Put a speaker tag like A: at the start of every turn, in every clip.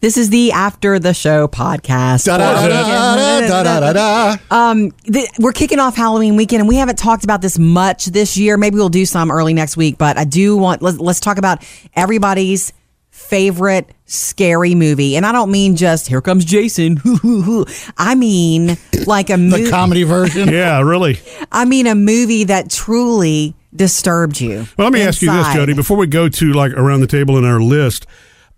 A: This is the after the show podcast.
B: Da da da da da da da da.
A: Um, th- we're kicking off Halloween weekend, and we haven't talked about this much this year. Maybe we'll do some early next week, but I do want let's, let's talk about everybody's favorite scary movie, and I don't mean just here comes Jason. hoo, hoo, hoo. I mean like a
B: The
A: movie.
B: comedy version.
C: Yeah, really.
A: I mean a movie that truly disturbed you.
C: Well, let me ask you this,
A: inside.
C: Jody, before we go to like around the table in our list.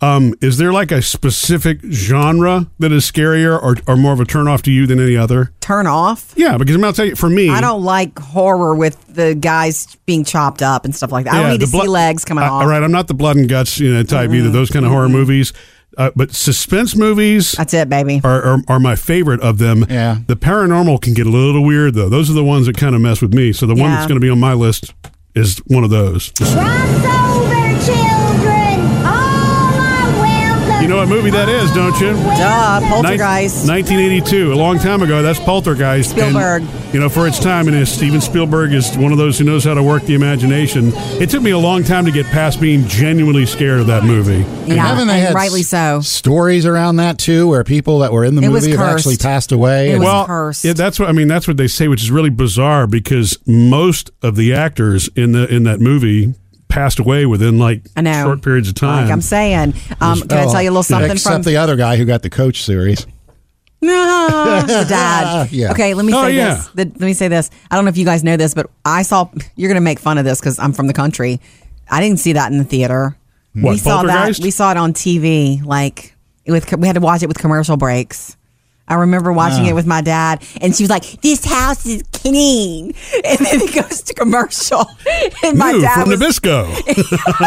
C: Um, is there like a specific genre that is scarier or, or more of a turnoff to you than any other?
A: Turn off.
C: Yeah, because I'm going to tell you, for me,
A: I don't like horror with the guys being chopped up and stuff like that. I
C: Yeah,
A: don't need
C: the
A: to see
C: blood-
A: legs coming
C: I-
A: off. Mm-hmm.
C: All right, I'm not the blood and guts you know, type either. Those kind of horror movies, uh, but suspense movies
A: That's it, baby.
C: are, are are my favorite of them.
B: Yeah.
C: the paranormal can get a little weird though. Those are the ones that kind of mess with me. So the one
A: Yeah.
C: that's going to be on my list is one of those.
D: Cross over, children! All are welcome!
C: You know what movie that is, don't you?
D: All are
A: Duh,
D: welcome.
C: Nin-
A: Poltergeist.
C: 1982, a long time ago. That's Poltergeist. And,
A: Spielberg.
C: you know, for its time, and Steven Spielberg is one of those who knows how to work the imagination. It took me a long time to get past being genuinely scared of that movie.
A: Yeah,
B: Haven't they
A: and
B: had
A: rightly
B: s-
A: so.
B: Stories around that too, where people that were in the
A: It was
B: movie have
A: cursed.
B: actually passed away.
A: It
B: and-
A: was
C: well,
A: cursed.
C: yeah, that's what I mean. That's what they say, which is really bizarre because most of the actors in the in that movie passed away within like
A: I know.
C: short periods of time.
A: Like I'm saying, um, can I
B: Oh,
A: tell you a little something
B: Except
A: from
B: the other guy who got the coach series.
A: No, the dad?
B: Yeah.
A: Okay, let me say
C: Oh, yeah.
A: this. The- let me say this. I don't know if you guys know this, but I saw. You're going to make fun of this because I'm from the country. I didn't see that in the theater. we
C: What,
A: saw that.
C: Poltergeist?
A: We saw it on TV. Like with we had to watch it with commercial breaks. I remember watching
B: Ah.
A: it with my dad, and she was like, "This house is clean," and then it goes to commercial, and my
C: Move
A: dad
C: from
A: was
C: Nabisco.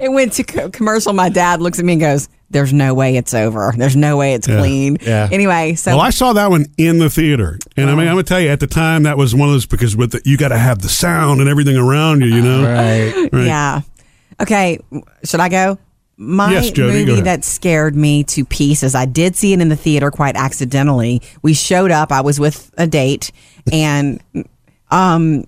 A: it went to co- commercial. My dad looks at me and goes, "There's no way it's over. There's no way it's clean."
B: yeah.
A: Anyway, so
C: well, I saw that one in the theater, and I mean, I'm gonna tell you, at the time, that was one of those because with the, you got to have the sound and everything around you, you know.
B: Right.
C: Right.
A: yeah. Okay, should I go? My
C: Yes, Jody, go
A: movie
C: ahead.
A: that scared me to pieces. I did see it in the theater quite accidentally. We showed up. I was with a date, and um,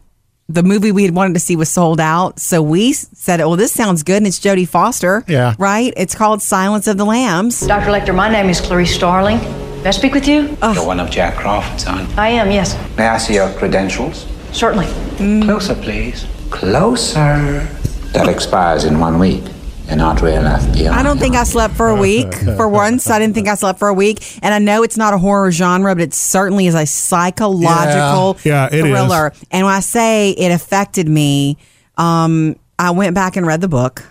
A: the movie we had wanted to see was sold out. So we said, "Well, this sounds good," and it's Jodie Foster.
B: Yeah.
A: right. It's called Silence of the Lambs.
E: Dr. Lecter, my name is Clarice Starling. May I speak with you?
F: You're one of Jack Crawford's own.
E: I am, yes.
F: May I see your credentials?
E: Certainly.
F: Closer, please. Closer. That expires in one week, and aren't we enough beyond?
A: I don't think I slept for a week. For once, I didn't think I slept for a week. And I know it's not a horror genre, but it certainly is a psychological
C: Yeah, yeah, it is.
A: thriller. And when I say it affected me, um, I went back and read the book.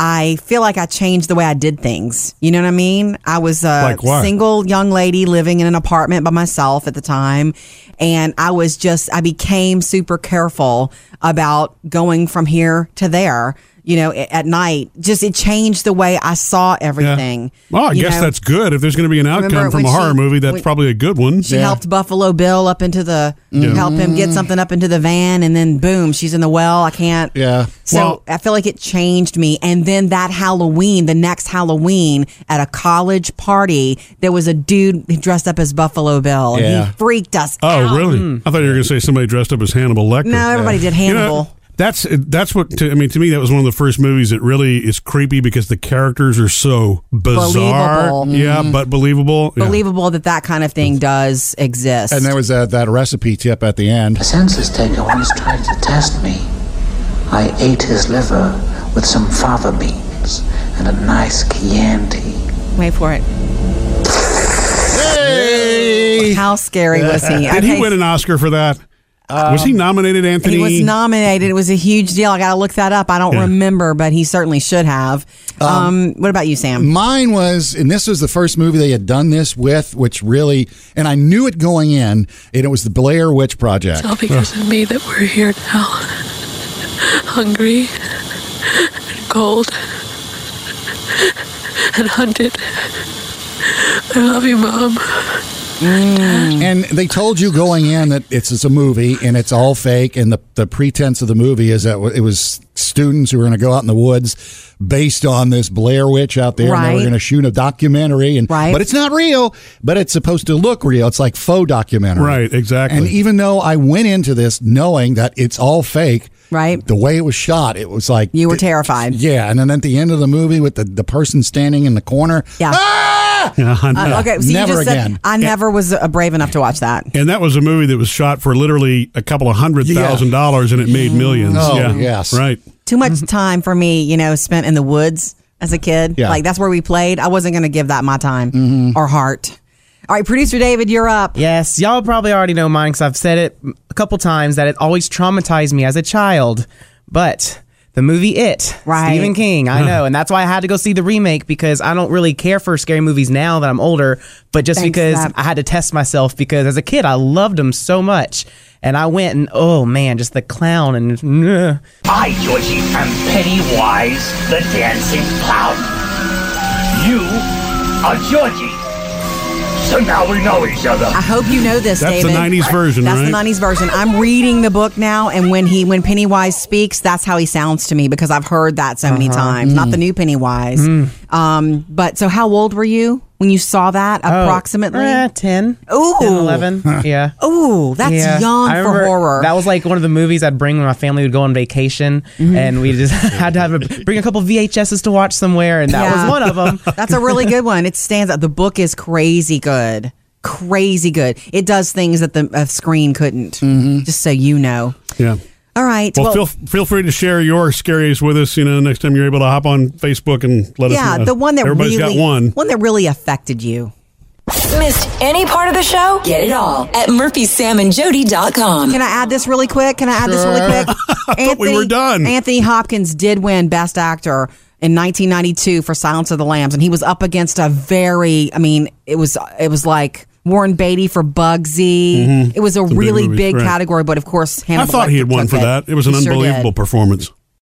A: I feel like I changed the way I did things. You know what I mean? I was a
C: Like what?
A: single young lady living in an apartment by myself at the time. And I was just, I became super careful about going from here to there, you know, a- at night. Just it changed the way I saw
C: Yeah.
A: everything.
C: Well, I
A: you
C: guess
A: know?
C: that's good. If there's going to be an outcome
A: Remember
C: from a
A: when
C: horror
A: she-
C: movie, that's
A: when-
C: probably a good one.
A: She helped Buffalo Bill up into the help him get something up into the van, and then boom, she's in the well. I can't.
B: Yeah.
A: So
C: Well-
A: I feel like it changed me. And then that Halloween, the next Halloween, at a college party, there was a dude who dressed up as Buffalo Bill, and
B: Yeah.
A: he freaked us
C: Oh,
A: out.
C: really?
B: Hmm.
C: I thought you were going to say somebody dressed up as Hannibal Lecter.
A: No, everybody did
C: You know,
A: Hannibal.
C: that's that's what to, I mean. To me, that was one of the first movies that really is creepy because the characters are so bizarre.
A: Believable. Mm-hmm.
C: Yeah, but believable. Yeah.
A: Believable that that kind of thing does exist.
B: And there was that, that recipe tip at the end.
F: A census taker once tried to test me. I ate his liver with some fava beans and a nice Chianti.
A: Wait for it.
B: Hey!
A: How scary was he?
C: Did he win an Oscar for that? was he nominated, Anthony?
A: Um, He was nominated. It was a huge deal. I got to look that up. I don't
C: Yeah.
A: remember, but he certainly should have. Um, what about you, Sam?
B: Mine was, and this was the first movie they had done this with, which really, and I knew it going in, and it was the Blair Witch Project.
G: It's all because of me that we're here now. Hungry and cold and hunted. I love you, Mom.
B: And they told you going in that it's, it's a movie and it's all fake, and the, the pretense of the movie is that it was students who were going to go out in the woods based on this Blair Witch out there, and they
A: Right.
B: were going to shoot a documentary. And
A: Right.
B: but it's not real, but it's supposed to look real. It's like faux documentary,
C: Right, exactly.
B: And even though I went into this knowing that it's all fake,
A: Right.
B: the way it was shot, it was like
A: You were terrified.
B: Yeah, and then at the end of the movie with the, the person standing in the corner.
A: Yeah.
B: Ah!
C: I know.
A: Uh, okay, so
B: Never
A: you just
B: again.
A: said I never was uh, brave enough to watch that.
C: And that was a movie that was shot for literally a couple of hundred
B: Yeah.
C: thousand dollars and it made millions.
B: Oh,
C: yeah.
B: yes.
C: Right.
A: Too much time for me, you know, spent in the woods as a kid.
B: Yeah.
A: Like that's where we played. I wasn't going to give that my time or heart. All right, producer David, you're up.
H: Yes, y'all probably already know mine because I've said it a couple times that it always traumatized me as a child. But the movie It,
A: Right.
H: Stephen King, I know, and that's why I had to go see the remake because I don't really care for scary movies now that I'm older. But just
A: Thanks,
H: because
A: Zach.
H: I had to test myself because as a kid I loved them so much, and I went and oh man, just the clown and. uh, ugh.
I: I, Georgie, am Pennywise the Dancing Clown. You are Georgie. So now we know each other.
A: I hope you know this,
C: That's the
A: David.
C: 90s version,
A: That's
C: right?
A: the 90s version. I'm reading the book now, and when he when Pennywise speaks, that's how he sounds to me because I've heard that so many times. Not the new Pennywise. Um, but so, how old were you when you saw that? Approximately.
H: Oh. Eh, 10.
A: Ooh.
H: 10, 11. yeah.
A: Ooh, that's
H: Yeah.
A: young
H: I
A: for
H: remember
A: horror.
H: That was like one of the movies I'd bring when my family would go on vacation,
A: Mm-hmm.
H: and we just had to have a, bring a couple VHSs to watch somewhere, and that
A: Yeah.
H: was one of them.
A: That's a really good one. It stands out. The book is crazy good. Crazy good. It does things that the a screen couldn't.
H: Mm-hmm.
A: Just so you know.
C: Yeah.
A: All right.
C: Well, feel feel free to share your scariest with us. You know, next time you're able to hop on Facebook and let us.
A: yeah,
C: know.
A: the one that
C: everybody's
A: really
C: got one.
A: one that really affected you.
J: Missed any part of the show? Get it all at murphysamandjody.com.
A: Can I add this really quick? Can I add this really quick? Anthony,
C: we were done.
A: Anthony Hopkins did win Best Actor in 1992 for Silence of the Lambs, and he was up against a very, I mean, it was it was like Warren Beatty for Bugsy.
C: Mm-hmm.
A: It was a really
C: movies,
A: big
C: right.
A: category, but of course,
C: I
A: Hannibal
C: thought he
A: Lecter
C: had won
A: took
C: for that. It was an
A: He sure did.
C: unbelievable performance.